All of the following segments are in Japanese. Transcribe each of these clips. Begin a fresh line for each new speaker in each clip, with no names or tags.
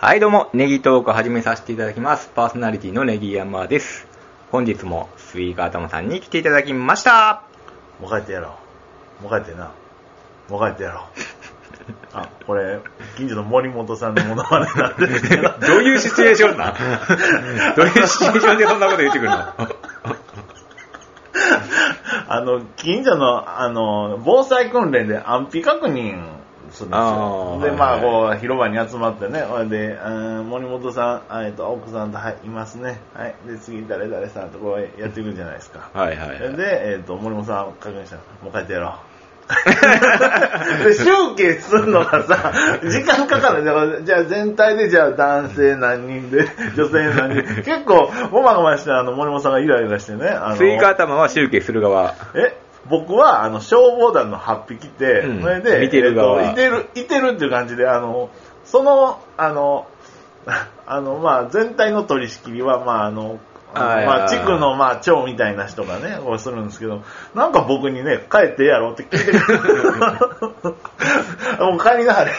はいどうも、ネギトーク始めさせていただきます。パーソナリティのネギ山です。本日もスイーカー頭さんに来ていただきました。。
もう帰ってやろう。もう帰ってな。もう帰ってやろう。あ、これ、近所の森本さんのものまねなんですけど
どういうシチュエーションなんどういうシチュエーションでそんなこと言ってくるの
あの、近所の、あの、防災訓練で安否確認するんです
あ
よ
ー。
で、まあ、
はい
こう、広場に集まってね、ほいで、うん森本さん、あえっと、奥さんと、はい、いますね。はい。で、次、誰々さんとこうやっていくんじゃないですか。
はいはいはい。
で、えっ、と、森本さん確認したら、もう帰って やろう。で、集計するのがさ、時間かかるんだからじゃあ全体で、じゃあ男性何人で、女性何人。結構、ごまごまして、あの、森本さんがイライラしてね、あの、
スイカ頭は集計する側。
え僕は、あの、消防団の8匹で、
うん
それで、
見てる側
えっといてる、いてるっていう感じで、あの、その、あの、 あの、まあ、全体の取り仕切りは、まあ、あの、
はい
まあ、地区の、まあ、長みたいな人がね、こうするんですけど、なんか僕にね、帰ってええやろって聞い てくる。もう帰りなはれ。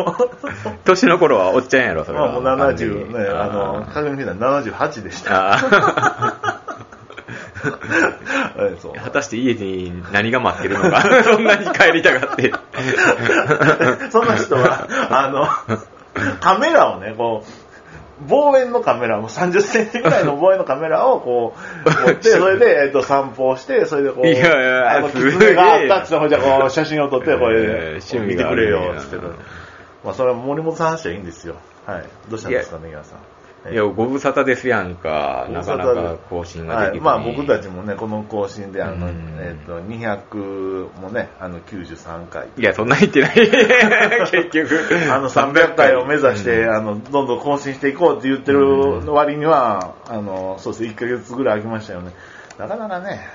年の頃はおっちゃんやろ、それ
まあ、
は。
もう70、ね、あの、
あ
確認したら78で した。えそう
ー果たして家に何が待ってるのか。 そんなに帰りたがって。
その人は、あの、カメラをね、こう、望遠のカメラも30センチぐらいの望遠のカメラをこう、持 って、それで、えっと、散歩をして、それでこう、
いやいや
あの、
すげえ
キツネがあったっつって、ほいじゃあこう、写真を撮って、こ
え
れ、
ー趣味
見て
があ
く
る
れ
んや
よ、つって。まあ、それは森本さん話はいいんですよ。はい。どうしたんですかね、皆さん。え
いや、ご無沙汰ですやんか。
ご
な
無
か
沙汰
な
で
か更新ができずに。
はい、まあ僕たちもね、この更新で、あの、
うん
えっと、200もね、あの、93回
いや、そんな言ってない。 結局。
あの300回を目指して、あのどんどん更新していこうって言ってる割には、あのそうですね1ヶ月ぐらい空きましたよねなかなかね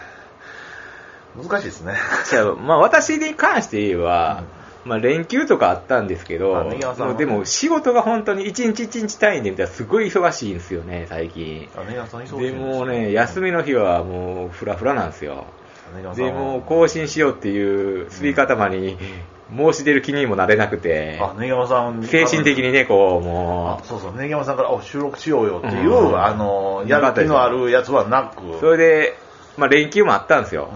難しいです ね
じゃあまあ私に関して言えば、まあ連休とかあったんですけど、
あね岩さんは
もうでも仕事が本当に一日一日単位で見たらすごい忙しいんですよね、最近。
姉さん忙しいん
でもうね、
や
休みの日はもうフラフラなんですよ。
姉さん
でもう更新しようっていうすり方まに申し出る気にもなれなくて、
あ根山さん
精神的にね、こう、も
あそうそう根山さんからお収録しようよっていう、
うん
あのやる気のあるやつはなく
う、それで、まあ連休もあったんですよ
う。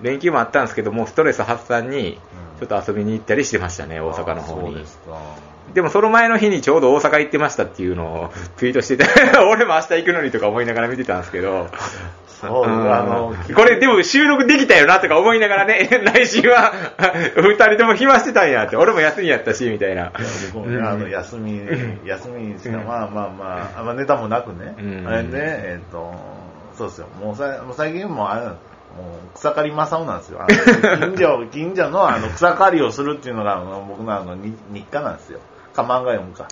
ん
連休もあったんですけど、もうストレス発散に
うん
ちょっと遊びに行ったりしてましたね、大阪の方
あそう
に
で。すか
でもその前の日にちょうど大阪行ってましたっていうのをツイートしてて、 俺も明日行くのにとか思いながら見てたんですけど、
そう、
うん
あの
これでも収録できたよなとか思いながらね、 内心は二人とも暇してたんやって、俺も休みやったし、みたいな。
僕もね、あの休み、休みしか、まあまあまあ、あんまネタもなくね、
うん
あれで、えっ、と、そうですよ、もうさもう最近もうあれなんですもう草刈り正雄なんですよ。あ の近所、近所のあの草刈りをするっていうのがあの僕のあのに日課なんですよ。カマンガ読むか。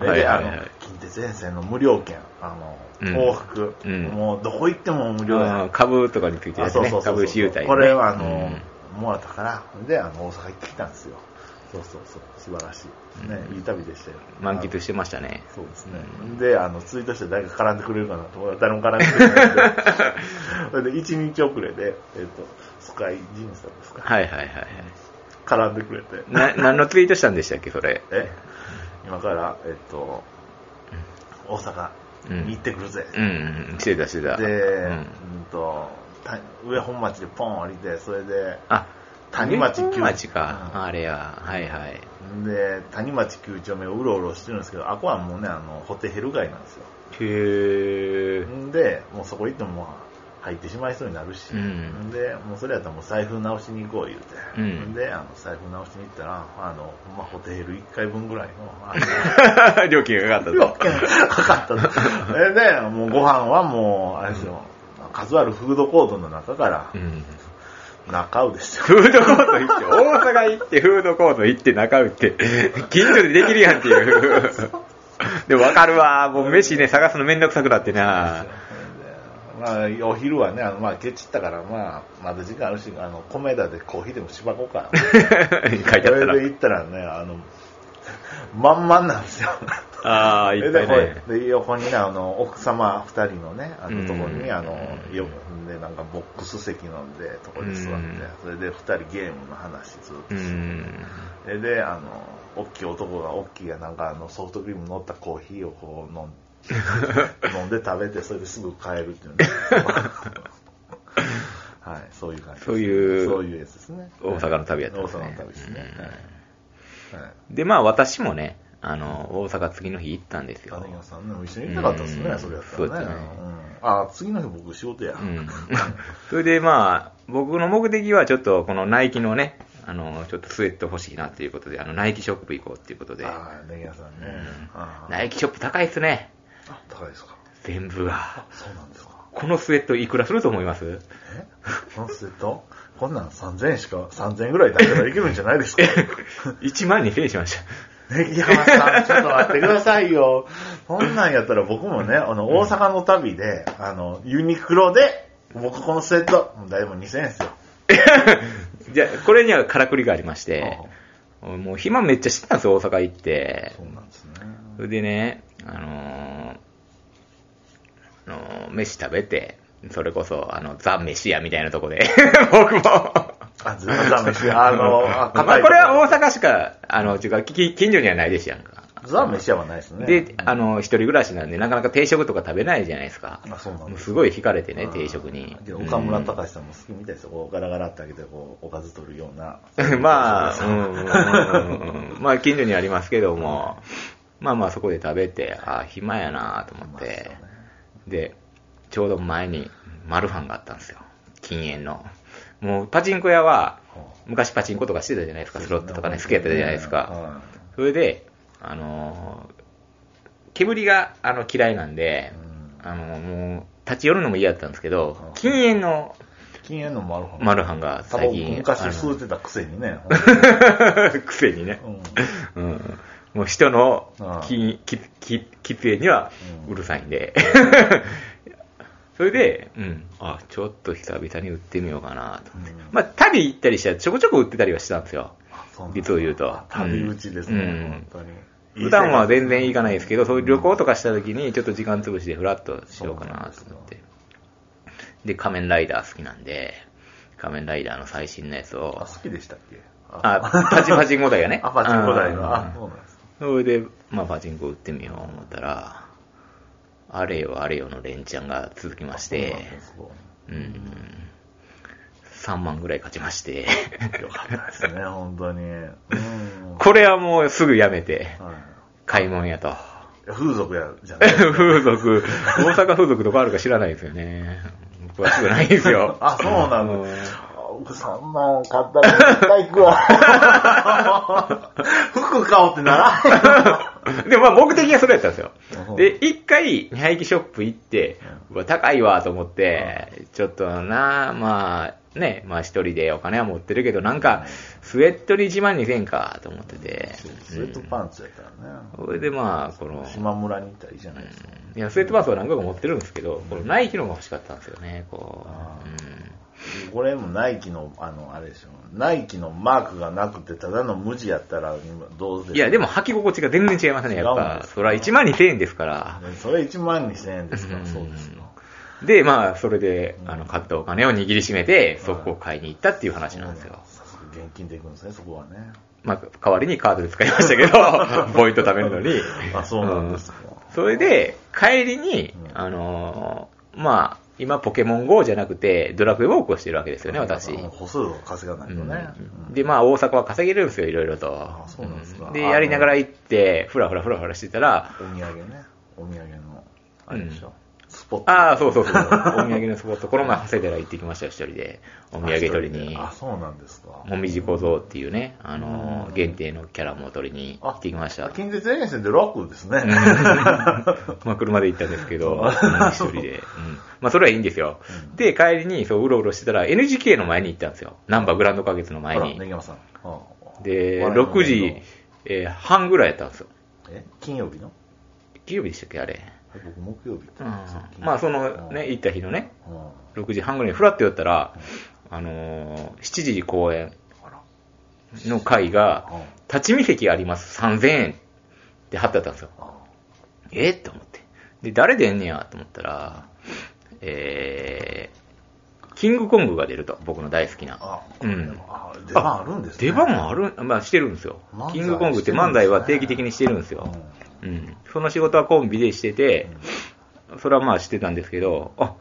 で、
はいはいはい
あの、近鉄沿線の無料券、あの、
うん
往復、
うん
もうどこ行っても無料だ
うん株とかについて
あ
です
そう
ね
そ、うそう
株主優待ね。
これはあの、
うん
もらったから、で、あの、大阪行ってきたんですよ。そうそうそう、素晴らしい。ね、いい旅でしたよ。
満喫してましたね
あ。のそうですね。で、あの、ツイートして誰か絡んでくれるかなと思ったら、誰も絡んでくれ ないんで。それで、一日遅れで、えっ、と、スカイジンさんですか、
はいはいはいはい。
絡んでくれて。
な、何のツイートしたんでしたっけ、それ。
え、今から、えっ、と、大阪に行ってくるぜ。
うんうん、してたしてた。
で、
う
うんん、と、た上本町でポン降りて、それで、
あ、
谷町
谷町か、
うん
あれや、はいはい。
で谷町9丁目をうろうろしてるんですけどあこはもうねあのホテヘル街なんですよ
へー
んでもうそこ行ってもまあ入ってしまいそうになるし、
うん
んでもうそれやったらもう財布直しに行こう言うて、
うん
であの財布直しに行ったらあの、まあ、ホテヘル1回分ぐらいのあの
料金がかかった
料
と。
金かか ったとそれでもうご飯はもうあれですよ、数あるフードコートの中から
うん
中尾ですよ
フードコート行って、大阪行って、フードコート行って、中売って、近所でできるやんっていう。 でも分かるわ、もう飯ね、探すのめんどくさくなって な。
まあ、お昼はね、あのまあ、ケチったから、まあ、まだ時間あるし、あの、米田でコーヒーでもしばこうかな。
書いてあった
それ
ら
で。行ったらね、あの、満々なんですよ。
あ あ、いっぱいね。
で、横にね、あの、奥様二人のね、あのところ
うん
に、あの、呼んで、なんかボックス席ので、とこに座っ
う
て
ん、
それで二人ゲームの話ずっ
う
として
ん。
でで、あの、大きい男が、大きいがなんかあの、ソフトクリーム乗ったコーヒーをこう飲ん 飲んで食べて、それですぐ帰るっていうね。はい、そういう感じです
そういう
そういうやつですね。
大阪の旅やったん
大
ですね
阪の旅ですね。はい。はい
で、まあ私もね、あの、大阪次の日行ったんですよ
金。魚さんね、一緒に行きたかったですね、
うん
それやった
そう
ら
や
ね
ったね。
うんあ、次の日僕仕事や。
うん。 それでまあ、僕の目的はちょっとこのナイキのね、あの、ちょっとスウェット欲しいなっていうことで、あの、ナイキショップ行こうっていうことで、
ああ、ネギ屋さんね。あー
ナイキショップ高いっすね。
あ高いですか。
全部が。
そうなんですか。
このスウェットいくらすると思います
えこのスウェットこんなん3000円しか、3000円ぐらいだったらいけるんじゃない ですか
?1 万2000円しました。
ね、山さん、ちょっと待ってくださいよ。こんなんやったら僕もね、あの、大阪の旅で、あの、ユニクロで、僕このスウェット、もうだいぶ2000円ですよ。
じゃあ、これにはからくりがありまして
あ、
もう暇めっちゃしてたんですよ、大阪行って
そ。うなんですね。
それでね、あのーあのー飯食べて、それこそ、あの、ザ・飯屋みたいなとこで、 僕も。
あ、ずっとダメし、 あの、あ
ま
硬
あ
い。
これは大阪しか、あの、違う、き近所にはないですやんか。
ザ・メシアはないですね。
で、あの、一人暮らしなんで、なかなか定食とか食べないじゃないですか。
あそうなんです
もうすごい惹かれてね、定食に
あー。けど岡村
うん
隆史さんも好きみたいですよ。こうガラガラってあげて、こう、おかず取るよう な。
まあ、うん う んうんうんうん、まあ、近所にありますけども、まあまあ、そこで食べて、ああ、暇やなと思
ま
っ
あそう
て
ね、
で、ちょうど前に、マルファンがあったんですよ。禁煙の。もう、パチンコ屋は、昔パチンコとかしてたじゃないですか、スロットとかね、好きやったじゃないですか。
は
それで、あのー煙が、あの、嫌いなんで
い。う、ん
あのもう、立ち寄るのも嫌だったんですけど
うん、
禁煙の
禁煙のもあるかも
マルハンが
タバ
最
コ
近、
昔
あの
吸ってたくせにね。
くせにね
う、ん
うん、もう人の
ああ
ききき喫煙には
うん
うるさいんで、 それで、うん、あちょっと久々に売ってみようかなと思って、
うん
まあ、旅行ったりしたらちょこちょこ売ってたりはしてたんですよ、
そうなんだ
実を言うと
旅打ちです
う
ね、
ん
本当に。
普段は全然行かないいですけど、そういう旅行とかした時に、ちょっと時間潰しでフラッとしようかなと思って。で、仮面ライダー好きなんで、仮面ライダーの最新のやつ
生活
を
あ、、好きでしたっけ
あ、パチンパチンコ台がね。
アパチンコ台の。あ、
うん
そうなんですか。
それで、まあ、パチンコ打ってみよう思ったら、あれよあれよの連チャンが続きまして、
そうなんです
うん、3万ぐらい勝ちまして、
よかったですね、本当に。うん。
これはもうすぐやめて、
はい
買い物やと。
いや風俗や、じゃない。
風俗、大阪風俗とかあるか知らないですよね。詳しくないです
。
よ
あ、そうな
う
の。
ん
あ僕3万買ったら絶対行くわ。服買おうってならへん。
でもまあ目的はそれやったんですよ
う。ん
で、一回、廃棄ショップ行って、うわ、高いわと思って、ちょっとな、まあ、ね、まあ一人でお金は持ってるけど、なんか、スウェットに1万2000円かと思ってて、
スウェットパンツやったらね。
それでまあ、この、
島村に行ったらいいじゃないですか。
いや、スウェットパンツは何個か持ってるんですけど、このナイキのが欲しかったんですよね、こ
あ
う。
これもナイキの、あの、あれでしょ。ナイキのマークがなくて、ただの無地やったら、今どう
う
せ。
んいや、でも履き心地が全然違いますね、やっ
違うん
ぱ
で。すか
それは1万2000円ですから。
ねそれ1万2000円ですか
う
ら、
ん
そうですよ。
で、まあ、それで、
うん
あの、買ったお金を握りしめて、そこを買いに行ったっていう話なんですよ。
早速現金で行くんですね、そこはね。
まあ、代わりにカードで使いましたけ ど、ポイント貯めるのに。
あ、そうなんですか。
うんそれで、帰りに
う、ん
あのーまあ、今、ポケモン GO じゃなくて、ドラクエウォークをしてるわけですよね、私。
歩数を稼がないとね。
うんで、まあ、大阪は稼げるんですよ、いろいろと。
あそうなんですか
で、やりながら行って、ふらふらふらふらしてたら、
お土産ね。お土産の、あれでしょ。スポット。
ああ、そうそうそう、お土産のスポット、この前、長谷寺行ってきましたよ、一人で。お土産取りに。
あ、そうなんですか。
もみじ小僧っていうね、あのー、限定のキャラも取りに行ってきました。
近鉄沿線で楽ですね。
まあ、車で行ったんですけど、うん一人で。うんまあ、それはいいんですよ。で、帰りに、そう、うろうろしてたら、NGK の前に行ったんですよ。ナンバーグランド花月の前
あら、
に
ね。ぎまさん。あ
で、6時、、えー半ぐらいやったんですよ。
え金曜日の
金曜日でしたっけ、あれ。
僕木曜日っ
う
て言
ん
ったんですよ金曜日
まあ、そのね、行った日のね、
うんうん
6時半ぐらいにふらっと寄ったら、あのー7時公演、
あら
の会が
うん、
立ち見席あります、3000円って貼ってあったんですよ。えーと思って。で、誰出んねやと思ったら、えー、キングコングが出ると、僕の大好きな。
あ、
う
うんん。あ出番あるんですね。
出番ある、まあしてるんですよ
漫。才
キングコングって漫才は定期的にしてるんです
う
よ
ん。
うん。その仕事はコンビでしてて、それはまあしてたんですけど、あ、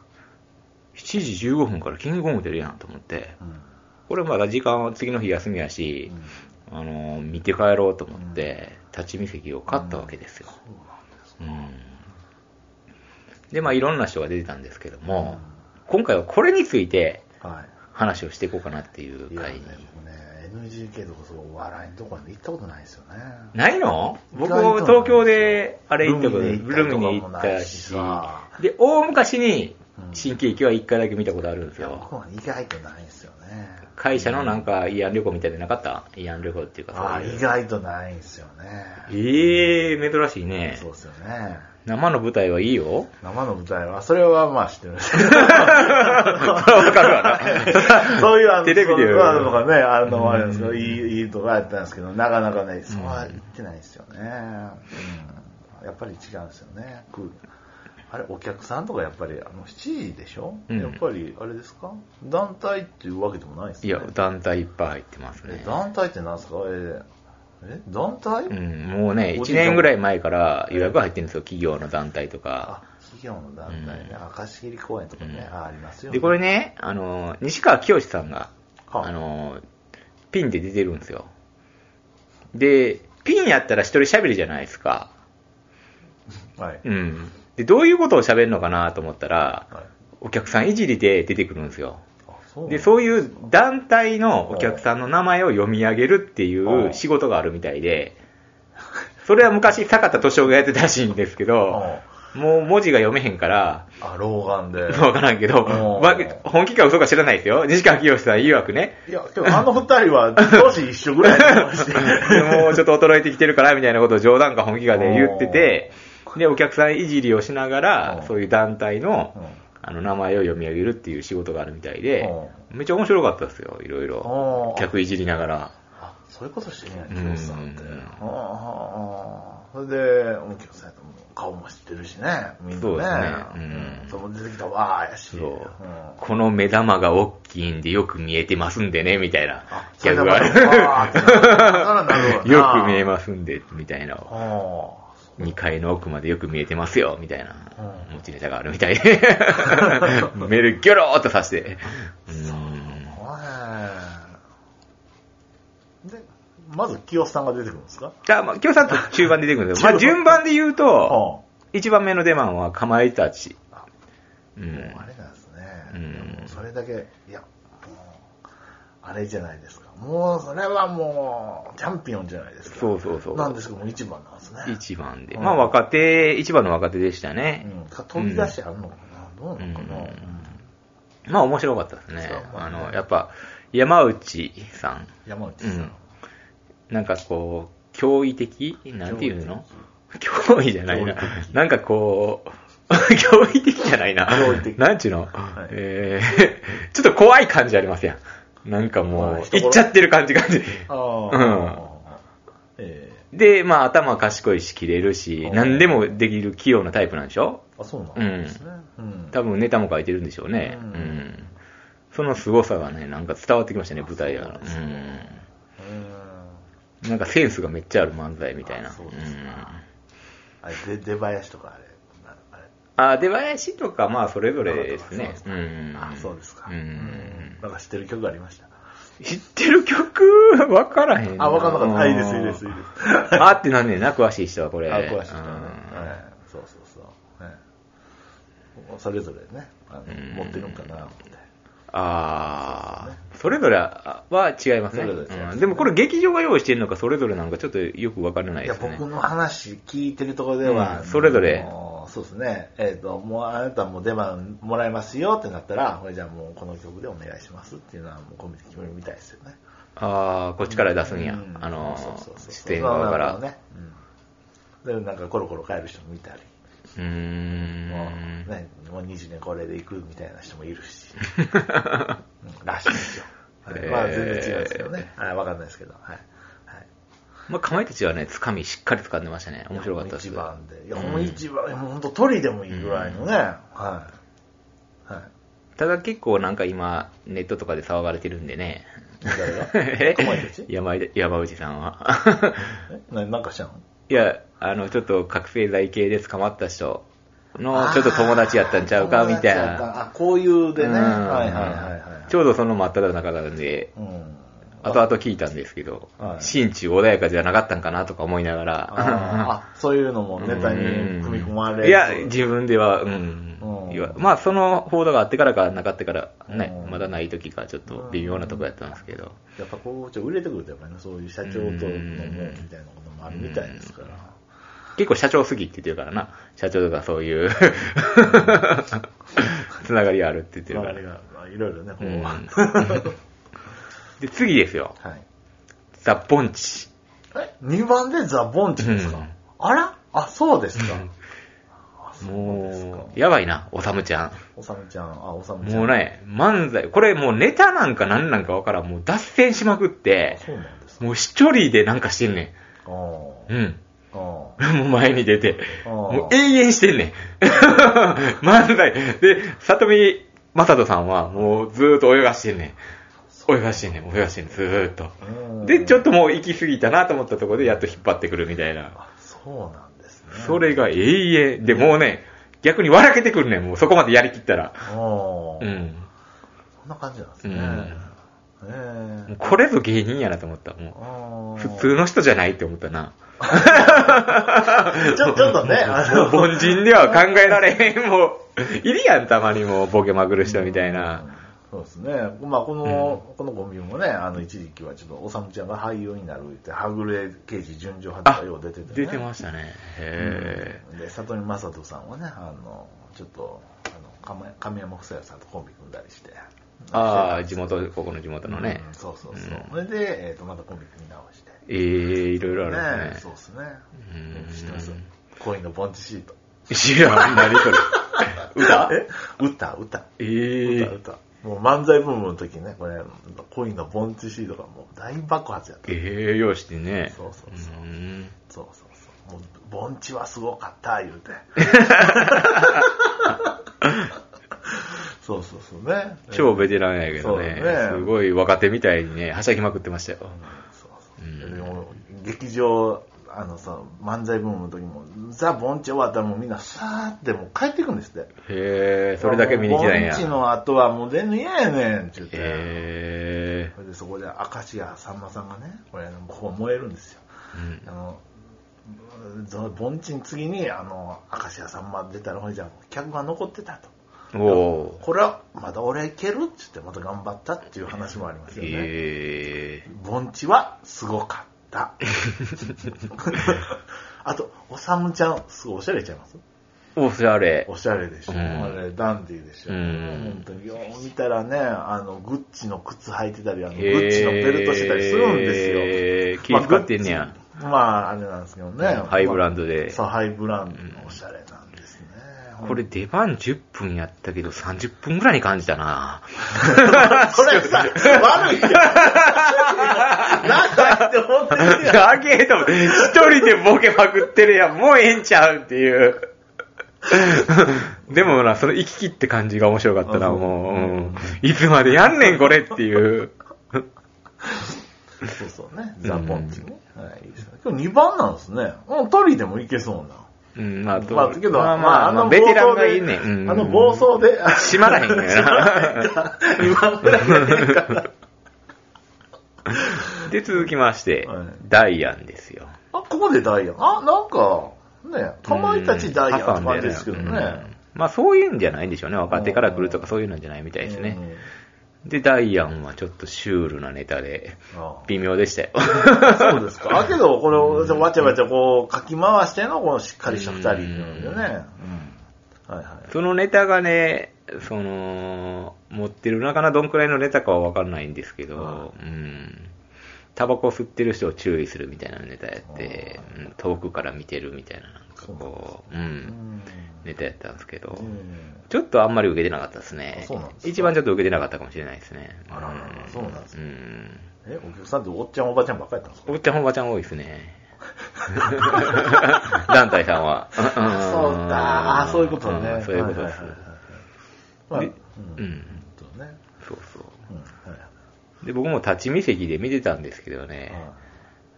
7時15分からキングコング出るやんと思って、
うん
これまだ時間は次の日休みやし、あのー見て帰ろうと思って、立ち見席を買ったわけですよ。
そうなんです
うんで、まあいろんな人が出てたんですけども、今回はこれについて
は
話をしていこうかなってい
い。
う
いや
回
ね
に。、
僕ね、NGK とかそうお笑いのところに行ったことないですよね。
ないの僕、
意外とない
東京であれ行ったこと、
ル
ブル
ミ
ミ
ネ
に
行
行
っ
ったた
りとかもないし
し
さ、
で、大昔に
うん
新喜劇は一回だけ見たことあるんです
いや、
よ。
僕は意外とないですよね。
会社のなんか慰安旅行みたいでなかった慰安旅行っていうか
あ
そうい
意
う。
外とないですよね。
ええー、珍しいね。
そうですよね。
生の舞台はいいよ。
生の舞台は、それはまあ知ってるんですけど
わかるわ
そういうあ の、
テレビで
そういうのがね、あるのもあるんですけど、
うん
いい、いいとこやったんですけど、なかなかね、そうは言ってないですよね。うんやっぱり違うんですよね。空気あれ、お客さんとかやっぱり、あの、7時でしょ、
うん
やっぱり、あれですか団体っていうわけでもないです
い
よ
や
ね。、
団体いっぱい入ってます
え
ね。
団体ってなんですかえ、え団体、
うん、もうね、
おじ
1
いちゃん
年ぐらい前から予約入ってるんですよ、企業の団体と
あ
か。、
企業の団体ね、明石切り公園とかね、
うん
あありますよ、ね。
で、これね、あの、西川きよしさんが、
はあ
あの、ピンで出てるんですよ。で、ピンやったら一人喋るじゃないですか。
はい。
うん。で、どういうことを喋るのかなと思ったら、
はい。
お客さんいじりで出てくるんですよ。
あ、そうなん
で、
だ
そういう団体のお客さんの名前を読み上げるっていう仕事があるみたいで、それは昔坂田敏夫がやってたらしいんですけど、もう文字が読めへんから、
あ、老眼 で。
わからんけど、
うん
わ本気か嘘か知らないですよ。西川きよしさん曰くね。
いや、けどあの二人は年一緒ぐらいの年
もうちょっと衰えてきてるからみたいなことを冗談か本気かで言ってて、で、お客さんいじりをしなが
う
ら
ん、
そういう団体の
うん、
あの、名前を読み上げるっていう仕事があるみたいで、めっちゃ面白かったですよ、いろいろ。
ああ
客いじりながら。
あ、そういうことしてるんや、
うん
キヨさんって。
うん
ああああ、それで、うんキヨさんとも顔も知ってるしね、みん
そうです
なね。
ねうん
そこ出てきたわーやし。
そう
うん。
この目玉が大きいんでよく見えてますんでね、みたいな
あ。
ギャグがある
それでまたわーってなるなるほ ど
よく見えますんで、みたいな。
ああ。
2階の奥までよく見えてますよ、みたいな。
うん
持ちネタがあるみたい で。メールギョローっと刺して。うん
はい。で、まず清さんが出てくるんですか
じゃあ、まあ、今日さんと中盤で出てくるんですよ。まあ、順番で言うと、
あ
1番目の出番はかまいたち。
あ。
う
もうんあ。れなんですね。
うん
もうそれだけ、いや、もう、あれじゃないですか。もう、それはもう、チャンピオンじゃないですか。
そうそうそう
なんですけども、一番なんですね。
1番で。
うん
まあ、若手、1番の若手でした
う
ね。
ん。か飛び出しあるのかな、どうなのかな、
うん
うん
まあ、面白かったですね
そう。ま
あ
あね
の、やっぱ、山内さん。
山内さん。
うんなんかこう、驚異的なんていうの 驚異じゃないな
驚異。的
なんかこう、 驚異的じゃないな。
驚異的
なんちゅうの、
い
えー ちょっと怖い感じありますやん。なんか
まあ
もう、
人殺
いっちゃってる感じ感じ。
ああ。ええ
で、まあ頭賢いし、切れるし、
うん
何でもできる器用なタイプなんでしょ
あ、そうなんですね。うん。
多分ネタも書いてるんでしょうね。う。
うんん
その凄さがね、なんか伝わってきましたね、舞台
そう
は。
です
う
ねうん
ん。なんかセンスがめっちゃある漫才みたいな。
あそうですか
うん
あれ、で出囃子とかあれ、なあれ。
あ、出囃子とか、まあ、それぞれです
そう
ね
です。か
うん。
あ、そうですか。
う
うん
ん。
なんか知ってる曲ありました。
知ってる曲、 わからへん。
あ、わかんなかった。あいいです、いいです、いい
うん
です。
あってなんねんな、詳しい人はこれ。
あ、詳しい人ね。
うん
はい。そうそうそう。はいそれぞれね、あの
うん
持ってるんかな、思って。
ああ、それぞれは違いますね。
それぞれ違いますね
うんでもこれ劇場が用意してるのか、それぞれなんかちょっとよくわからない
い
で
や、
すね。
僕の話聞いてるところでは、
うんそれぞれ
もうそうですね。えっ、と、もうあなたも出番もらえますよってなったら、これじゃあもうこの曲でお願いしますっていうのは、もう込みで決めるみたいですよね。
ああ、こっちから出すんや。
うん
あの
そうそうそうそ、う
出演側から。
そうなるほどね。うんで、なんかコロコロ帰る人もいたり、
うーん。
もうね、もう20年これで行くみたいな人もいるし、うんらしいんですよ。はい
えー
まあ全然違うんですけどね。はい、わかんないですけど。はい。はい
まあ、かまいたちはね、つかみしっかり掴んでましたね。面白かったです。
いやもう一番で。いや、
うん
もう一番、もう本当鳥でもいいぐらいのね。はい。はい。
ただ結構なんか今、ネットとかで騒がれてるんで ね。
誰が
え
かまいたち
山井山内さんは。
え何なんかしたの
いや、あの、ちょっと覚醒剤系で捕まった人の、ちょっと友達やったんちゃうか、みたい
友達やっ
な。
たあ、こういうでね。
うん
はいはいはいはい。
ちょうどその真っ只中なんで、
うん。
後々聞いたんですけど
は、い
心中穏やかじゃなかったんかなとか思いなが ら。
あーあ、そういうのもネタに組み込まれ
う
る。
んいや、自分では、うん
うん。
いわまあ、その報道があってからかなかったから、ね
う、ん
まだない時がちょっと微妙なとこやったんですけど。
やっぱこう、ちょっと売れてくるとやっぱりね、そういう社長とのもみたいなこともあるみたいですから。
結構社長すぎって言ってるからな。社長とかそういう、つながりがあるって言ってる
ま
か
ああ
ら
れ。が、まあいろいろね、こう。
うん
は
で、次ですよ。
い。
ザ・ボンチ。
え、2番でザ・ボンチですか、
うん
あらあ、そうですか。あそうですか
も。う、やばいな、おさむちゃん。
おさむちゃん、あ、おさむちゃん。
もうね、漫才、これもうネタなんか何なんかわからん。もう脱線しまくって、
そうなんですか。
もう一人でなんかしてんね
あー
ん。うん。
あ
もう前に出て、
あー
もう永遠してんねん。 漫才。で、里見正人さんはもうずーっと泳がしてんねん。泳がしてんねん、泳がしてんねん、ずーっと。
ー。
で、ちょっと
と。
もう行き過ぎたなと思ったところでやっと引っ張ってくるみたいな。
あ、そうなんですね。
それが永遠。で、もうね、逆に笑けてくるねん、もうそこまでやりきったら。
あー
うん。
そんな感じなんですね。
もう
え
これぞ芸人やなと思った。
え
も
あ
う、
ー
普通の人じゃないって思ったな。
ちょ、ちょっとね、あ
もう
の、
凡人では考えられへん。もう、いるやん、たまにもう、ボケまぐる人みたいな。
そうですね。まあ、この、このコンビもね、あの、一時期はちょっと、おさむちゃんが俳優になるって、はぐれ刑事純情派とかよう出てて、ね。
出てましたね。へ
うんで、里見正人さんはね、あの、ちょっと、あの、亀亀山房也さんとコンビ組んだりして。
ーああ、地元、ここの地元のね
うん。そうそうそう。
うん
それで、えっ、と、またコンビ組み直して。
ええ、いろいろあるん
ね
です
そう
ね。
ですね。
うん
知ってます恋の盆地シート。
知らん、何それ。 歌
え 歌、歌。
え
歌、
え。
歌。もう漫才ブームの時ね、これ、恋の盆地シートがもう大爆発やった。
ええ、ようしてね。
そうそうそ
うん
そうそうそう。もう、盆地はすごかった、言う て。そうそうそうね。
超ベテランやけ
そ
ど
うだ
ね
ね
すごい若手みたいにね、はしゃぎまくってましたよ。
そう
う
そ
ん
う。でも劇場、あのさ、漫才ブームの時も、ザ・盆地終わったらもうみんなさーってもう帰ってくんですって。
へえ、それだけ見に来たんや。
盆地の後はもう出んの嫌やねんって言って。
へえ
それでそこで明石家さんまさんがね、これ、ここ燃えるんですよ。
うん
あの、その盆地に次に、あの、明石家さんま出たら、ほいじゃあ客が残ってたと。
おー
これは、まだ俺いけるって言って、また頑張ったっていう話もありますよね。
へえ
盆地はすごかった。 あと、おさむちゃん、すごいおしゃれちゃいます
おしゃれ。
おしゃれでしょ。
うん
あれ、ダンディーでしょ。
うん
本当に、よう見たらね、あの、グッチの靴履いてたり、あの、グ
へー
ッチのベルトしてたりするんですよ。
気使ってんねや
まあグッチまあ、あれなんですけどね。
ハイブラン
ド
ドで。
そう、ハイブランドのおしゃれなんですね。
こ れ出番10分やったけど30分ぐらいに感じたな。
これさ、悪いよ。長いって思ってるやん。
だけど、一人でボケまくってるやん。もうええんちゃうっていう。でもな、その行き切って感じが面白かったな、
あ
もううん。いつまでやんねん、これっていう。
そうそうね。ザ・ポンチね。はい、いいですね。今日2番なんですね。もうトリでもいけそうな。
うん、まあ、どう
まあ、けど、
ま
ま
あ
あ、
まあ、
あの、
ベテランがいいね。うん
あの暴走で、
閉まらへんからな。
今ぐらいでいいから。
で、続きまして、
はい
ダイアンですよ。
あ、ここでダイヤン。あ、なんか、ね、かまいたちダイヤンって
挟ん
感じですけどね。
うんまあ、そういうんじゃないんでしょうね。若手から来るとかそういうのじゃないみたいですね。で、ダイアンはちょっとシュールなネタで、
うん。あ
微妙でしたよ。
そうですか。あ、 けど、これをわちゃわちゃこう、かき回しての、このしっかりした二人っていうのでね。うん。はいはい。
そのネタがね、その、持ってる中のどんくらいのネタかはわかんないんですけど、うん。タバコ吸ってる人を注意するみたいなネタやって、うん遠くから見てるみたいな、なんかこう、う、
うんん
ネタやったんですけど、
うん
ちょっとあんまり受けてなかったですね
あそうなんです。か
一番ちょっと受けてなかったかもしれないですね。
あらららそうなんです
う
ね
ん。
え、お客さんっておっちゃんおばちゃんばっかりやったんですか
おっちゃんおばちゃん多いですね。団体さんは。そう
そうか、あそういうことね。
そういうことです。
はいはいはいはい
で
まあ、う。
うんん。
そうね。
そうそ
うん。は
う。で、僕も立ち見席で見てたんですけど
い。
ね、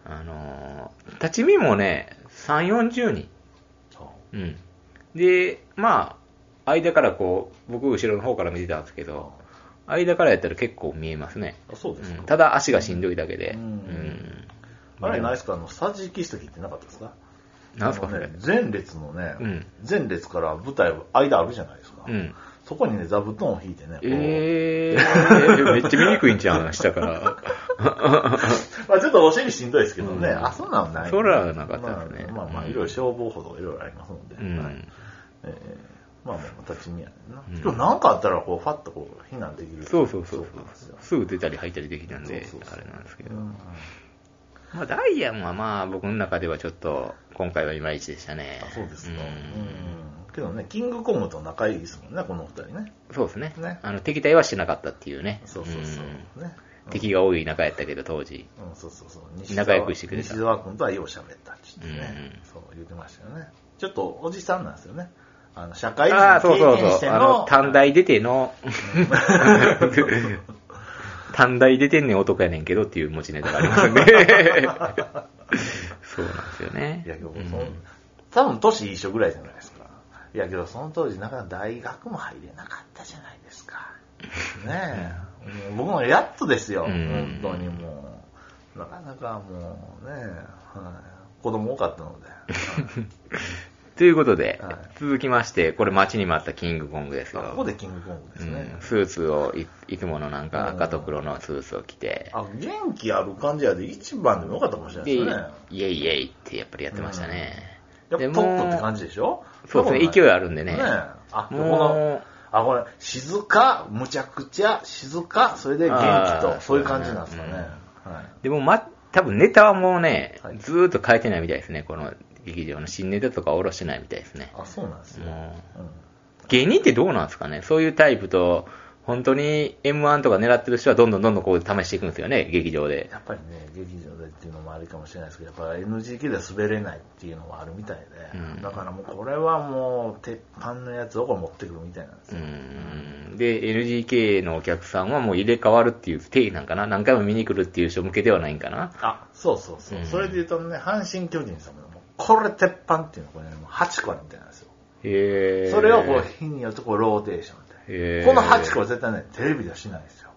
あ
あのー、立ち見もね、3、40人。
そう
うん。で、まあ、間からこう、僕後ろの方から見てたんですけど、間からやったら結構見えますね。
あそうです
う
か
ん。ただ足がしんどいだけで。
う
うんん。
あれ、ナイスか、あの、スタジキストキってなかったですか
なんすか
あ
そ
の
れ
ね。前列のね
うん、
前列から舞台、間あるじゃないですか
う。ん。
そこにね、座布団を引いてね、こう
えー、めっちゃ見にくいんじゃん、下 から。
まあちょっとお尻しんどいですけどね、
うん
あ、そうなんない。
そらなかったですね
まあまあまあ、
うん
いろいろ消防法とかいろいろありますので。
うん
はいえーまあまあ、立ち見やねんな。
うん
今日何かあったら、こう、ファッとこう、避難できる。
そうそうそう
なんです
そ
よ
う。すぐ出たり入ったりできたんで
そうそう、
あ
そう
れなんですけ
う
ど。
ん
まあ、ダイアンはまあ、僕の中ではちょっと、今回はいまいちでしたね
あ。そうですか。
ん
うんけどね、キングコムと仲いいですもんね、この二人ね。
そうですね
ね。
あの、敵対はしてなかったっていうね。
そうそうそ
ん
う。ね。
敵が多い中やったけど、当時。
うん、そうそうそう。
仲良くしてくれた
西澤君とはよう喋ったって言ってね
う、ん
そう言ってましたよね。ちょっとおじさんなんですよね。あの、社会人
ああ、そうそう
経験し
そ
て
う。
の、
あの、短大出ての、短大出てんねん男やねんけどっていう持ちネタがあります んで。そうなんですよね。
いや、けど、その
うん
多分年一緒ぐらいじゃないですか。いや、けど、その当時、なかなか大学も入れなかったじゃないですか。ねえ。もう僕もやっとですよ、
うん
本当にもう。なかなかもうね、はい、子供多かったので。
ということで、
はい
続きまして、これ待ちに待ったキングコングですよ。
あここでキングコングですね
うん。スーツをい、いつものなんか赤と黒のスーツを着て、
あ、元気ある感じやで、一番でもよかったかもしれない
で、イ
ですね。
エイイエイってやっぱりやってましたね。
やっぱ
で
トップって感じでしょ
そうですね、勢いあるんでね。
ねえあ、こ
もう、
のあ、これ、静か、むちゃくちゃ、静か、それで元気
あー
と、そういう感じなんですかね。
うん
はい。
でも、ま、多分ネタはもうね
はい、
ずーっと変えてないみたいですね。この劇場の新ネタとかおろしてないみたいですね。
あ、そうなんですよ。
もう
うん
芸人ってどうなんですかねそういうタイプと、本当に M1 とか狙ってる人はどんどんどんどんこう試していくんですよね、劇場で。
やっぱりね、劇場でっていうのもあるかもしれないですけど、やっぱ NGK では滑れないっていうのもあるみたいで、
うん
だからもうこれはもう、鉄板のやつをこう持ってくるみたいなんです
う
よ。
ん。で、NGK のお客さんはもう入れ替わるっていう定義なんかな何回も見に来るっていう人向けではないんかな
あ、そうそうそう。
うん
それで言うとね、阪神巨人様の、もうこれ鉄板っていうのはこれね、もう8個あるみたいなんですよ。
へえ。
それをこう、日によってこう、ローテーションみたいな。
へー
この8個は絶対ね、テレビではしないですよ。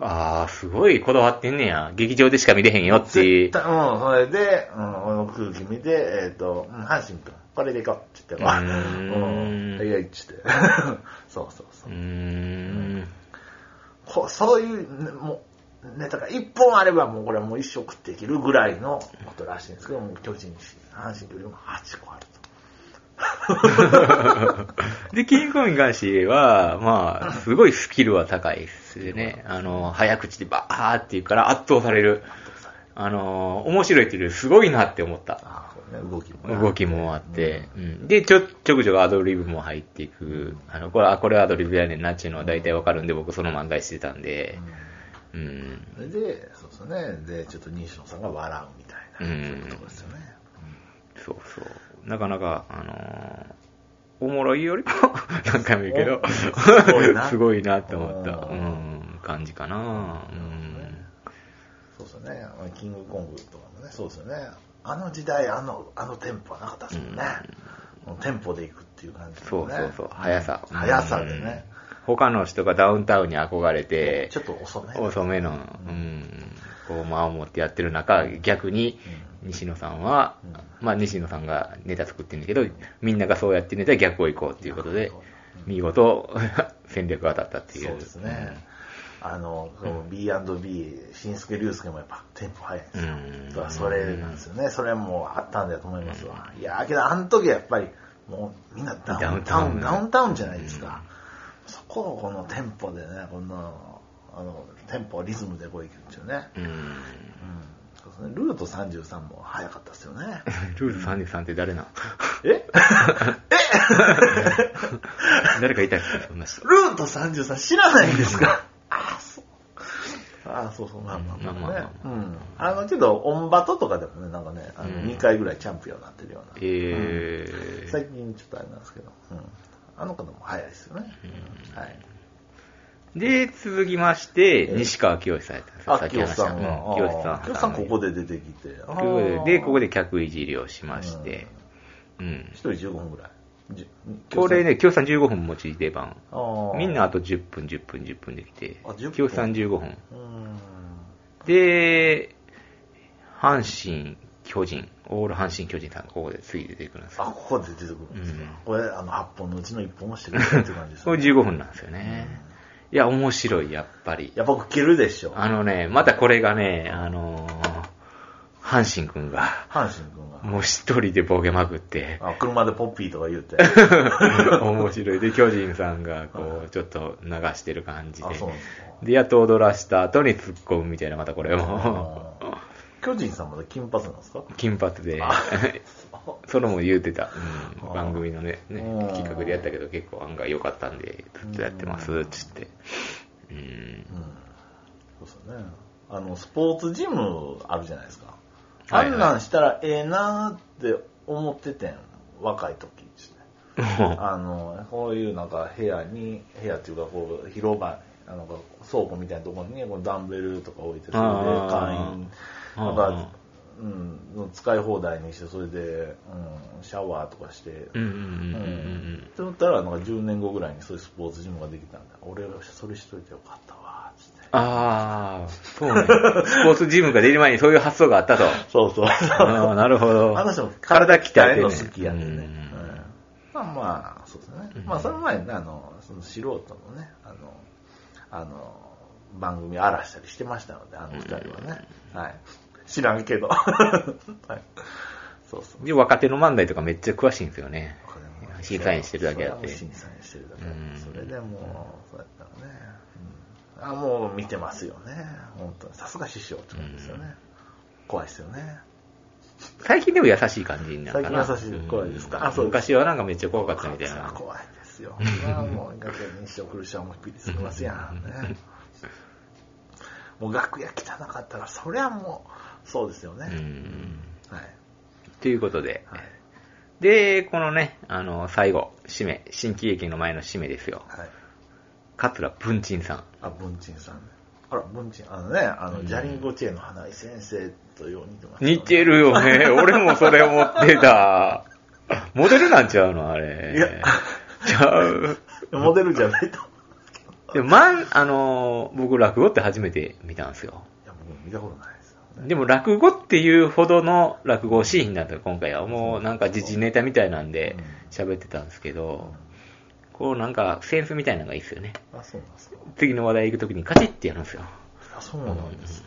ああ、すごいこだわってんねや。劇場でしか見れへんよっていう
絶。対、うん、それで、うん、この空気見て、えっ、と、うん、阪神君、これでいこうって言って、
うーん
うん、いやいっつって。そうそうそうう。
ん。
こうそういうね、もう、ネタが1本あればもうこれはもう一生食っていけるぐらいのことらしいんですけど、もう巨人、阪神巨人も8個あると。
で、キングコングに関しては、まあ、すごいスキルは高いですよね。あの、早口でバーって言うから圧倒される。あの、面白いっていうよりすごいなって思った。
ああ、これね、動きもね
動きもあって。うんで、ちょ、ちょくちょくアドリブも入っていく。あの、これ、あ、これアドリブやねんなっていうのは大体わかるんで、僕その漫画してたんで。うん。
それで、そうですね。で、ちょっと西野さんが笑うみたいな、
うん
そういうとこですよね。
そうそう。なかなか、あのーおもろい よりも何回も言うけど
おすごい、な
すごいなって思った、
おー
うん、感じかな。う
なる
ん。
そうですよね。まあキングコングとかもね、そうですよね。あの時代、あの、あのテンポはなかったですもんね。もうテンポで行くっていう感じ、ね。
そうそうそう、速さ。
速さでね。
うん。他の人がダウンタウンに憧れて
ち、ょっと遅め。
遅めの、うん、こう、間を持ってやってる中、逆に、西野さんは、まあ、西野さんがネタ作ってるんだけど、みんながそうやってネタ逆を行こうっていうことで
逆を行こ、
見事、 戦略が当たったっていう。
そうですね。あの、この B&B、新助龍介もやっぱテンポ早いんですよ
うん。
だからそれなんですよね。それもあったんだと思いますわ。いやーけどあの時はやっぱり、もうみんなダウンタウン、
ダ
ダ
ウ
ウ
ン
ン
タ
タウンじゃないですか。そこをこのテンポでね、この、あの、テンポ、リズムでこういくっていうね。
うん。
うんそうですね。ルート33も早かったですよ ね。
ルール33って誰 な
え
誰かいたっけそんな人。
ルート33知らないんですかああ、そう。ああ、そうそう、まあまあまあね。うん。あの、けど、オンバトとかでもね、なんかね、あの
うん
2回ぐらいチャンピオンになってるような。
えー
最近ちょっとあれなんですけど、うん。あの方も早いですよね。うんはい。
で、続きまして、
ええ
西川清さんやったんですよ
あ、清さん
う
は。
ん清さ
あ
ん。
ー清さん、ここで出てき
と
て。
いうことで、でここ
で。
で客いじりをしまして、うん
一。人15分ぐらい。じ
これ。ね、清さん15分持ち出番。
清さんあー
みん。なあと10分、10分、10分できて
あ10分、
清さん15分。
うん。
で、阪神、巨人、オール阪神、巨人さん、ここで次出てくるんです
あ、
よ。
ここで出てくるんですか
うん。
これ、あの、8本のうちの1本をしてくれたっていう感じです
こ
ね。
れ15分なんですよね。いや、面白い、やっぱり。
やっぱ僕切るでしょ。
あのね、またこれがね、あのー阪神くんが、
阪神君が。
もう一人でボケまくって、
あ車でポッピーとか言うて。
面白い。で、巨人さんが、こう、ちょっと流してる感じで
あ、そうなんですか。
で、やっと踊らした後に突っ込むみたいな、またこれも、
あー巨人さんまで金髪なんですか
金髪で、 それも言うてた、うん番組のねね
うん
企画でやったけど結構案外良かったんでずっとやってますっつって うん
うん。そうですよね。あの、スポーツジムあるじゃないですか。あ
はいはい
んなんしたらええなーって思っててん、若い時ですね。 あの、こういうなんか部屋に、部屋っていうかこう、広場、あの倉庫みたいなところにこのダンベルとか置いて、それで
あー
会員、なんか、うん、使い放題にして、それで、うん、シャワーとかして、
うんうんうんうん
うんって思ったら、なんか10年後ぐらいにそういうスポーツジムができたんだ。俺がそれしといてよかったわ、つって。
ああそうねスポーツジムが出る前にそういう発想があったと
そうそう
ああなるほど
あの人も
体鍛えて
る
ね
の好きやんでね。う
うんん
まあまあ、そうですね。まあその前にね、あの、その素人のね、あの、あの、番組荒らしたりしてましたので、あの二人はね。はい。知らんけど。 はい。そうそう。
で若手の漫才とかめっちゃ詳しいんですよね
これも
審査員してるだけやって
それはもう審査員してるだけやって
うん
それでもう、そうやったらね。うんあ、もう見てますよね。本当にさすが師匠って感じですよね。怖いですよね。
最近でも優しい感じになった
最近
な
優しい怖いですか
うん
あそうです
昔はなんかめっちゃ怖かったみたいな
怖いですよ。まあもう楽屋に一生苦しはもうびりすぎますやんね。もう楽屋汚かったら、そりゃもう、そうですよね。
うん
はい。
ということで、
はい。
で、このね、あの、最後、締め、新喜劇の前の締めですよ。
はい。
桂文鎮さん。
あ、文鎮さんね。あら、文鎮、あのね、あの、ジャリンゴチェの花井先生とよう似てます、
似てるよ ね。俺もそれ思ってた。モデルなんちゃうのあれ。
いや
ちゃう。
モデルじゃない と。い
でも、まん、あの、僕、落語って初めて見たんですよ。
や、僕も見たことないですよ。
でも、落語っていうほどの落語シーンなんだよ、今回は。もう、なんか、時事ネタみたいなんで、喋ってたんですけど、こう、なんか、センスみたいなのがいいですよね。
あ、そうなんですか。
次の話題行くときにカチッてやるんですよ。
あ、そうなんですよ。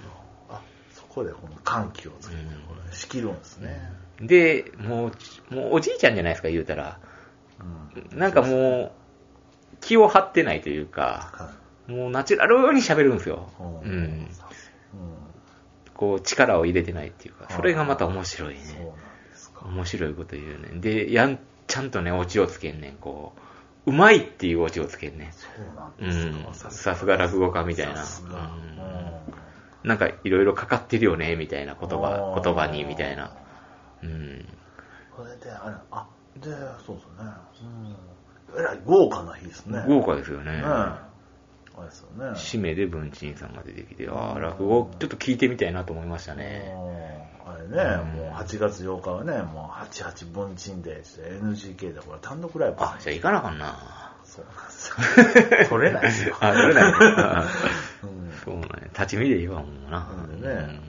あ、そこでこの緩急をつけて、これ、仕切るんですね。
で、もう、もうおじいちゃんじゃないですか、言うたら。
うん。
なんかもう、気を張ってないというか、
はい。
もうナチュラルに喋るんですよ。う
うん
ん。こう、力を入れてないっていうか、それがまた面白い
そう
ね。
なんですか。
面白いこと言うねん。で、やん、ちゃんとね、オチをつけんねん、こう。うまいっていうオチをつけんねん。
そうなん
う
です
ん
か。。
さすが落語家みたいな
さ。すが
うんなんか、いろいろかかってるよね、みたいな言葉
う、ん
言葉に、みたいな。うん。
これで、あれ、あ、で、そうですね。うん。えらい豪華な日ですね。
豪華ですよね。
ね。あれですよね。
締めで文鎮さんが出てきて、ああ、落語、ちょっと聞いてみたいなと思いましたね。
うんあれね、もう8月8日はね、もう88文鎮で、NGK で、これ単独ライブ。
あ、じゃあ行かなあかんな。
そうなんですよ。取れないですよ。
あ、取れないな。
う ん
そうなんや。立ち見でいいわ、もうな。
うんね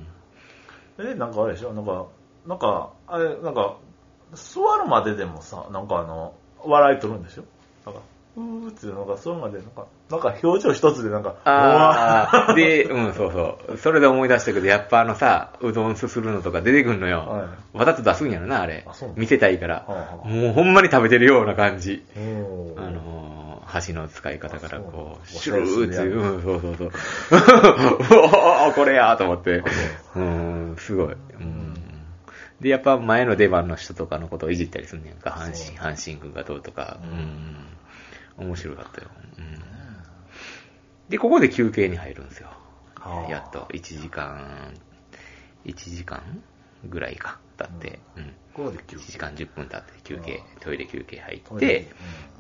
えなんかあれでしょなんかなんかあれなんか座るまででもさなんかあの笑い取るんでしょなんかうーってなんか座るまでなんかなんか表情一つでなんか
ああ、で、うん、そうそう。それで思い出したけど、やっぱあのさ、うどんすするのとか出てくんのよ。
は
わざと出すんやろな、あれ
あそうな。の
見せたいから。
はいはい
もうほんまに食べてるような感じ。
うわー
あのー箸の使い方からこ
あ
う、シ
そう
ュ
な
ル
んだ
ーっていう、うん、 そうそうそう。 おーこれやと思って。うん、すごい。うん。で、やっぱ前の出番の人とかのことをいじったりすんねんか、阪
そう
神、阪神君がどうとか。うん。面白かったよ。うん。で、ここで休憩に入るんですよ
は。あ
やっと、1時間、1時間ぐらいか、経って。うん。
ここで休
1時
憩。
間10分経って休憩、トイレ休憩入
ト
っ
イレ
て、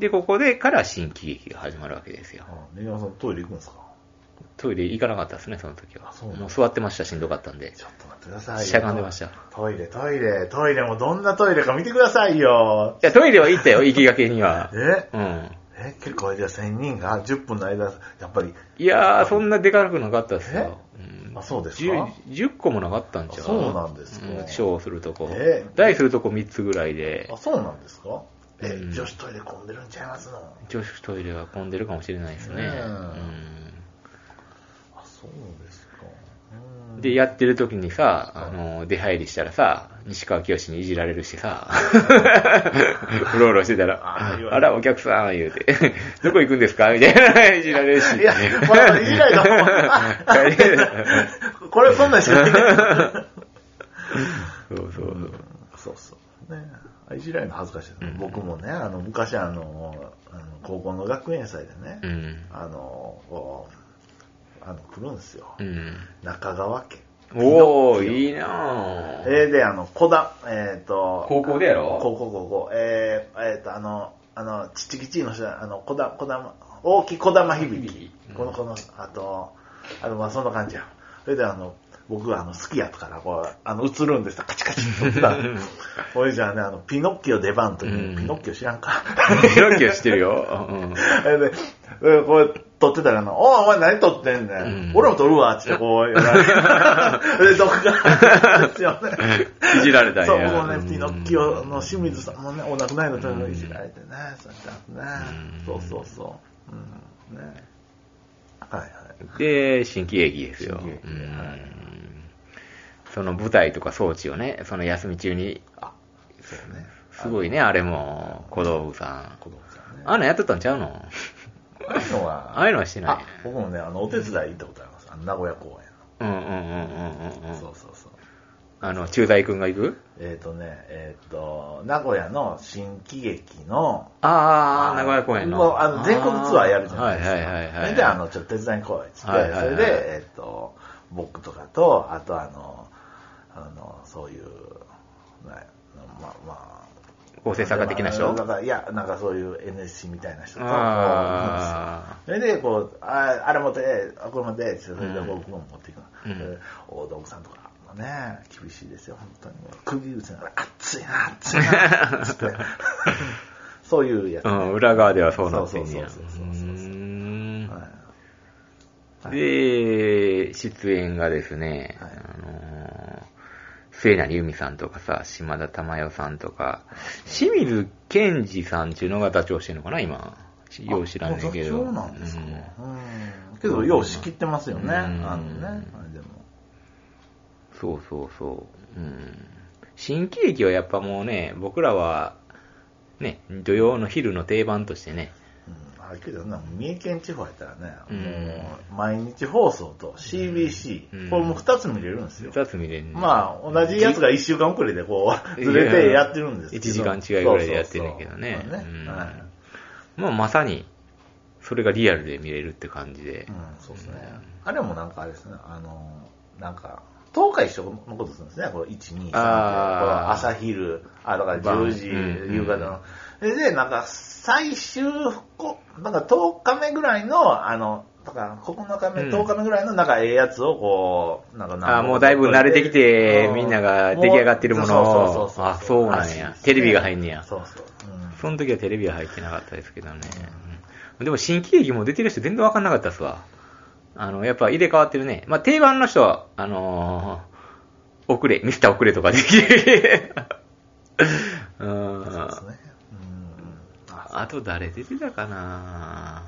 で、ここでから新喜劇が始まるわけですよ。
あ根山さんトイレ行くんですか
トイレ行かなかったですね、その時は
あそう。なんだ
もう座ってました、しんどかったんで。
ちょっと待ってくださいよ。
しゃがんでました
トイレ、トイレ、トイレもどんなトイレか見てくださいよ。
いや、トイレは行 ったよ、行きがけには。
え
うん。
え結構じゃあ1000人が10分の間、やっぱり、
いやー、そんなでかくなかったですよ。ん
あそうですか
10, 10個もなかったんちゃう
あそうなんですか
うん小するとこ
え。
大するとこ3つぐらいで
あ、、そうなんですかえ、
うん
女子トイレ混んでるんちゃいますの
女子トイレは混んでるかもしれないですね。
ねえ
うん
あ、そうですか。うん
で、やってる時にさ、あの、出入りしたらさ、西川きよしにいじられるし さ、うろうろしてたら、
あー言われる
あら、お客さん、言うて、どこ行くんですかみたいな、いじられるし。
いや、まだいじられた方がこれそんなんしかない。
そうそうそう。
そうそう。ね。いじられるの恥ずかしいです、僕もね、あの、昔あの、あの高校の学園祭でね、
うん。
あの、こうあの、来るんですよ。
うん。
中川家。
おー、いいなぁ。
えーで、あの、小田、えっ、と、
高校でやろ
高校、高校、えー、えっ、と、あの、あの、ちっちきちいの人、あの、小田、小玉、大きい小玉響
う
き。
ん
この、この、あと、あの、まあ、そんな感じや。それで、あの、僕はあの、好きやったから、こう、あの、映るんですよカチカチって 撮った。おいじゃあね、あの、ピノッキオ出番という、
うん
ピノッキオ知らんか。
キラキラしてるよ。うん。
えーで、えーこう撮ってたらあの、おいお前何撮ってんねん。
うん
俺も撮るわ、つってこう言われて。 で、どっか、ですよね。
いじられたんや。
そう、もうね、
ん
ピノッキオの清水さんもね、お亡くなりの時にいじられてね、そうやってね
うん、
そうそうそう。うん、ね。はいはい。
で、新喜劇ですよ。
新喜劇
うん
はい
その舞台とか装置をね、その休み中に、
あ、そうね。
すごいね、あれも、小道具さん。
子供さんね。
あんなんやっとったんちゃう の
ああいうのは、
ああいうのはしてない
あ僕もね、あの、お手伝い行ったことあります。あの名古屋公演
うんうんうんうんうんう
の。そ
ん。
うそうそう。
あの、駐在君が行く
えっ、とね、えっ、と、名古屋の新喜劇の、
ああ、名古屋公演
もう
の。
あの全国ツアーやるじゃないですか。
はいはいはいはい。
それで、あの、ちょっと手伝いに来いっつって、
はいはいはい
それで、えっ、と、僕とかと、あとあの、あの、そういう、なまあまあ、
構成作家的な人
なんかいや、なんかそういう NSC みたいな人と、こう
あ
それで、こう、ああれ持って、あこれ持って、ってそれで
うん
僕も持っていくの。
うん
それで大道具さんとかもね、厳しいですよ、本当に。釘打つながら、熱いな、熱い な、つって。そういうやつ。
う
は
ん、裏側ではそうなってんねや。う
そうそうそうそうそう
ーん
い
で、出演がですね、
はい
あのー末成由美さんとかさ、島田珠代さんとか、清水健二さんっていうのがダチョウしてるのかな、今。よう知らんねんけど。
あそうなんですか。
うん
うん。けど、よう仕切ってますよね。
うん
あのね。あれでも。
そうそうそう。うん。新喜劇はやっぱもうね、僕らは、ね、土曜の昼の定番としてね、
うん。あれけどな、三重県地方やったらね、
うん
もう、毎日放送と CBC、
うん
これも二つ見れるんですよ。
二つ見れんね
まあ、同じやつが1週間遅れでこう、ずれてやってるんですけど。
1時間違いぐらいでやってるんだけどね。
そうそうそう
うん
まあねはい
まあ、まさに、それがリアルで見れるって感じで。
うん、そうですね。あれもなんかあれですね、あの、なんか、10日一緒のことするんですね、これ、1、2、3
あー
これ朝昼、あ、だから
晩
10時、
うん
夕方の。で、でなんか、最終、こなんか10日目ぐらいの、あの、だから9日目、
うん
10日目ぐらいの、なんか、ええやつを、こう、なんか何本か
あもうだいぶ慣れてきて
う、ん
みんなが出来上がってるもの
そうそう
を
そう、そう
あ、そうなんや。テレビが入んねや。
そうそう。うん
その時はテレビは入ってなかったですけどね。うんでも新喜劇も出てる人全然わかんなかったっすわ。あの、やっぱ入れ替わってるね。まあ、定番の人は、あのー、遅れ、ミスター遅れとかできる。 うん。
そうですね。うん。あ
あと誰出てたかな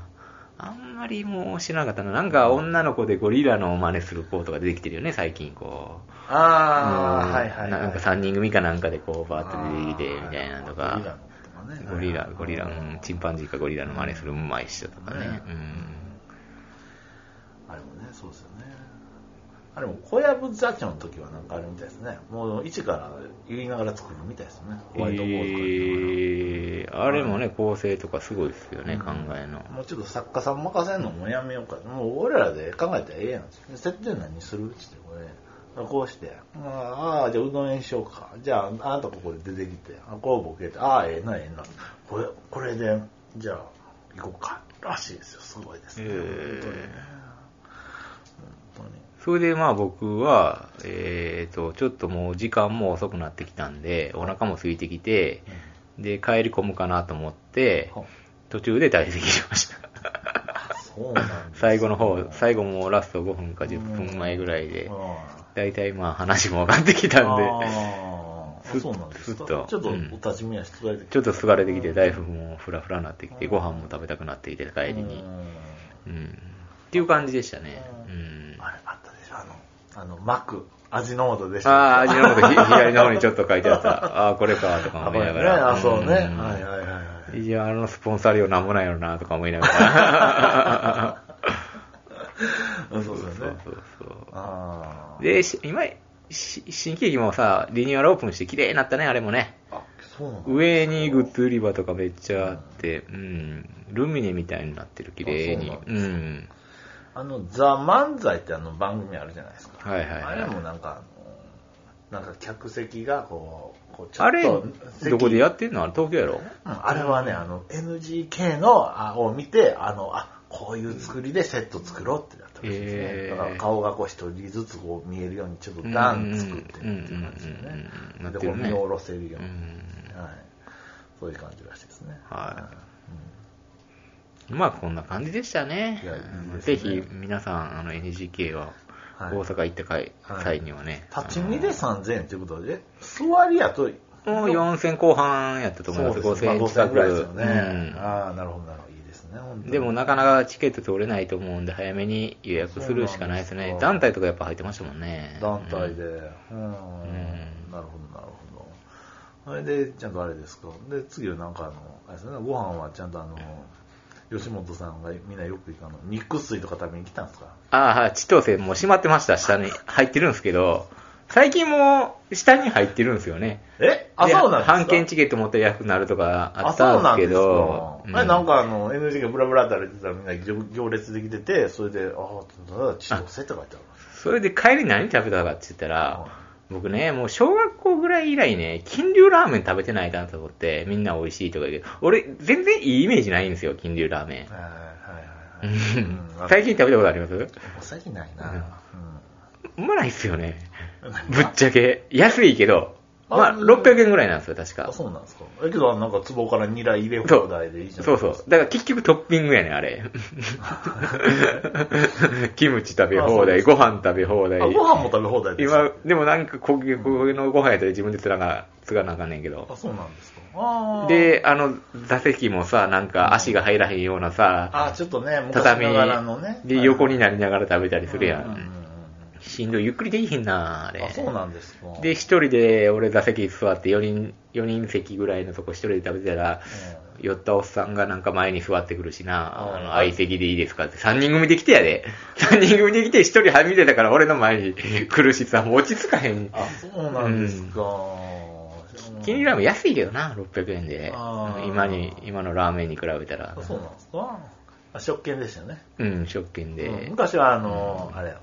あんまりもう知らなかったな。なんか女の子でゴリラの真似する子とか出てきてるよね、最近こう。
あー、
うん
はいはいはい。
なんか3人組かなんかでこう、バーって出てきて、みたいなのと
あーゴリラ
か
の。かね。
ゴリラ、ゴリラ、うん、チンパンジーかゴリラの真似するうまい人とかね
ね。
うん。
あれもね、そうですよね。あれも小籔座長の時はなんかあれみたいですね。もう一から言いながら作るみたいですね。ホワイトボードとか言いなが
えー、
ら
あれもね、構成とかすごいですよね、考えの。
もうちょっと作家さん任せんのもやめようか。もう俺らで考えたらええやん。設定何するって言って、これ。こうして。ああ、じゃあうどんにしようか。じゃあ、あなたここで出てきて。あこうボケて。ああ、ええな、ええな。これ、これで、じゃあ、行こうか。らしいですよ。すごいですね。
へえ
本当にね。本当に。
それでまあ僕は、えーと、ちょっともう時間も遅くなってきたんで、お腹も空いてきて、で、帰り込むかなと思って、途中で退席しました。
そうなんです
最後の方、最後もうラスト5分か10分前ぐらいで、だいたいまあ話も分かってきたんで、
あーあそうなんです
ふ
か
っ
ち
と
ょっとお
うん
立ち見はしていただいて
ちょっとすがれてきて、大福もフラフラになってきて、ご飯も食べたくなってきて、帰りに
う。ん
うん。っていう感じでしたね。う。
うんあれあったでしょあのあの膜味の素でした
ああ、味の素ひ左の方にちょっと書いてあった。 ああ、これか、とか
あ
思いな
これね
がら。
あそうねはい
ん
はいはいはい
いや、あのスポンサー料なんもないよな、とか思いなが ら。
うんそうです
そ
よ
う
ね
そうそ
あ
う。
ー
で、し今、し新喜劇もさ、リニューアルオープンして綺麗になったね、あれもね。
あそうなんだ
上にグッズ売り場とかめっちゃあって、うん。ルミネみたいになってる、綺麗に。
あ。そううんあの「ザ・漫才」ってあの番組あるじゃないですか
はいはいはい
あれもなんかあのなんか客席がこうこうちょ
あ
っ
れ、ど
と席
こでやってんのあれ東京やろ
うんあれはね、あの、NGK の、あを見て、あの、あ、こういう作りでセット作ろうってなったらしいですね。
へー
だから顔がこう一人ずつこう見えるようにちょっと段作ってるっていう感じで
うんうんうん
ね
うんうんうん。
で、こう見下ろせる
う
ように。
ん。
はい。そういう感じらしいですね。。
はいまあこんな感じでしたね。
いやいいですね
ぜひ皆さん、あの NGK は
はい
大阪行った際,、
はい
際にはね。
うん立ち見で3000円ということで、座りやと、
もう4000後半やったと思います。
そうですねまあ
5000
5000
近
円ぐらいです
く
よ。ね。ああ、なるほど、なるほど。いいですね、本
う
当
ん
に
でもなかなかチケット取れないと思うんで、早めに予約するしかないです
そうなん
ね
で。すか
団体とかやっぱ入ってましたもんね。
団体
う
で、
ん
うん、なるほど、なるほど。それで、ちゃんとあれですか。で、次はなんかあの、あれですね、ご飯はちゃんとあの、吉本さんがみんなよく行くあの、肉水とか食べに来たんですか
ああ、はい千歳もう閉まってました。下に入ってるんですけど、最近もう下に入ってるんですよね。
えあ、
で
そうなんですか
半券チケット持って予約になるとかあ
あ、
っ
そ
た
うんなん
です
で
け
すか。
ど。
あれなん
か、
かあの、NG がブラブラって歩いてたらみんな行行列できてて、それで、ああ、ちょっとせって書いてある。
それで帰り何食べたかって言ったら
は、
僕ね、もう小学校ぐらい以来ね、金龍ラーメン食べてないなと思って、みんな美味しいとか言うけど、俺、全然いいイメージないんですよ、金龍ラーメン。
はいはいはいはい。うん
うん最近食べたことあります
最近ないな。うん
うまないっすよね。ぶっちゃけ。安いけど、ま
あ
あ、600円ぐらいなんですよ、確か
あ、。そうなんですか。えけど、なんか壺からニラ入れ放題でいいじゃな
そう
いですか。
そう。だから結局トッピングやねん、あ れ。 キムチ食べ放題、ご飯食べ放題。
あ、ご飯も食べ放題ですか
今、でもなんか焦げ焦げのご飯やったら自分でつらが、つがなあかんねんけど
あ、。そうなんですか。あー、
で、あの、座席もさ、なんか足が入らへんようなさ、
あ、ちょっとね、昔
畳
ながらのね。
で、横
に
になりながら食べたりするや
うんうんうん
ん。しんどい、ゆっくりできひんな、あ
うん。
れ。
あ、そうなんですか。
で、一人で俺座席座って、4人、4人席ぐらいのとこ一人で食べてたら、酔ったおっさんがなんか前に座ってくるしな、
うん
あの、相席でいいですかって、3人組で来てやで。3人組で来て1人はみ出たから俺の前に来るしさ、もう落ち着かへん
うん。あ、そうなんですか。
金利ラーメン安いけどな、600円で
あ。ー
今に、今のラーメンに比べたら
あ、。そうなんですか。あ、食券でしたね。
うん、食券
うん
で。
昔は、あの、あれ、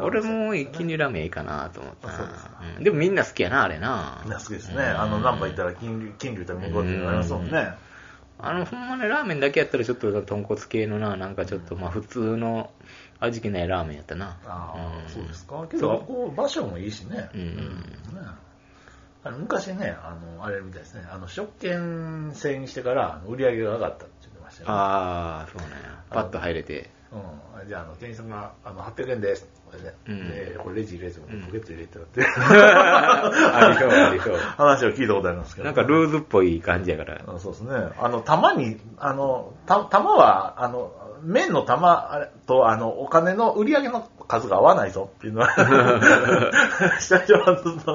俺も金利ラーメンいいかなと思った
あそうですか
な。うんでもみんな好きやな、あれな。
みんな好きですね。あの、ナンバ行ったら金龍、金龍と見事になりますもんね。
あの、ほんまね、ラーメンだけやったらちょっと豚骨系のな、なんかちょっと、まあ普通の味気ないラーメンやったな。
ああ、
ん
そうですか。けど、こう場所もいいしね。
うん
ねあの昔ね、あの、あれみたいですね。あの、食券制にしてから売り上げが上がったって言ってましたよ、ね。
ああ、そうなんや。パッと入れて。
うん。じゃあ、あの、店員さんが、あの、800円です。これで、
うん
でこれレジ入れてもポケット入れてもらって、
ありそう、ありそう。
話を 聞いたことありますけど。
なんかルーズっぽい感じやから。
あそうですね。あの、玉に、あの、た玉は、あの、麺の玉あれと、あの、お金の売り上げの数が合わないぞっ て いうのは、社長はずっと、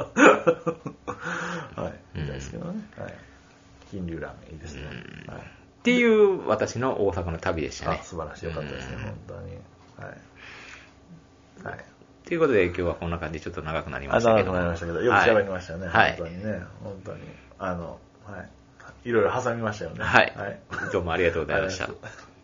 はい、みたいですけどね。はい。金龍ラーメンいいですね。
うん
はい
っていう私の大阪の旅でした
あ
ね。
素晴らしい。よかったですね、
うん
本当に。はい。はい。
ということで今日はこんな感じでちょっと長くなりま
あ
したけ
長
ど。
くなりましたけど、よく喋りましたね、
はい
本当にね。本当に。あの、はい。いろいろ挟みましたよ ね。
はい。どうもありがとうございまし
あ
た
りがとう。ございます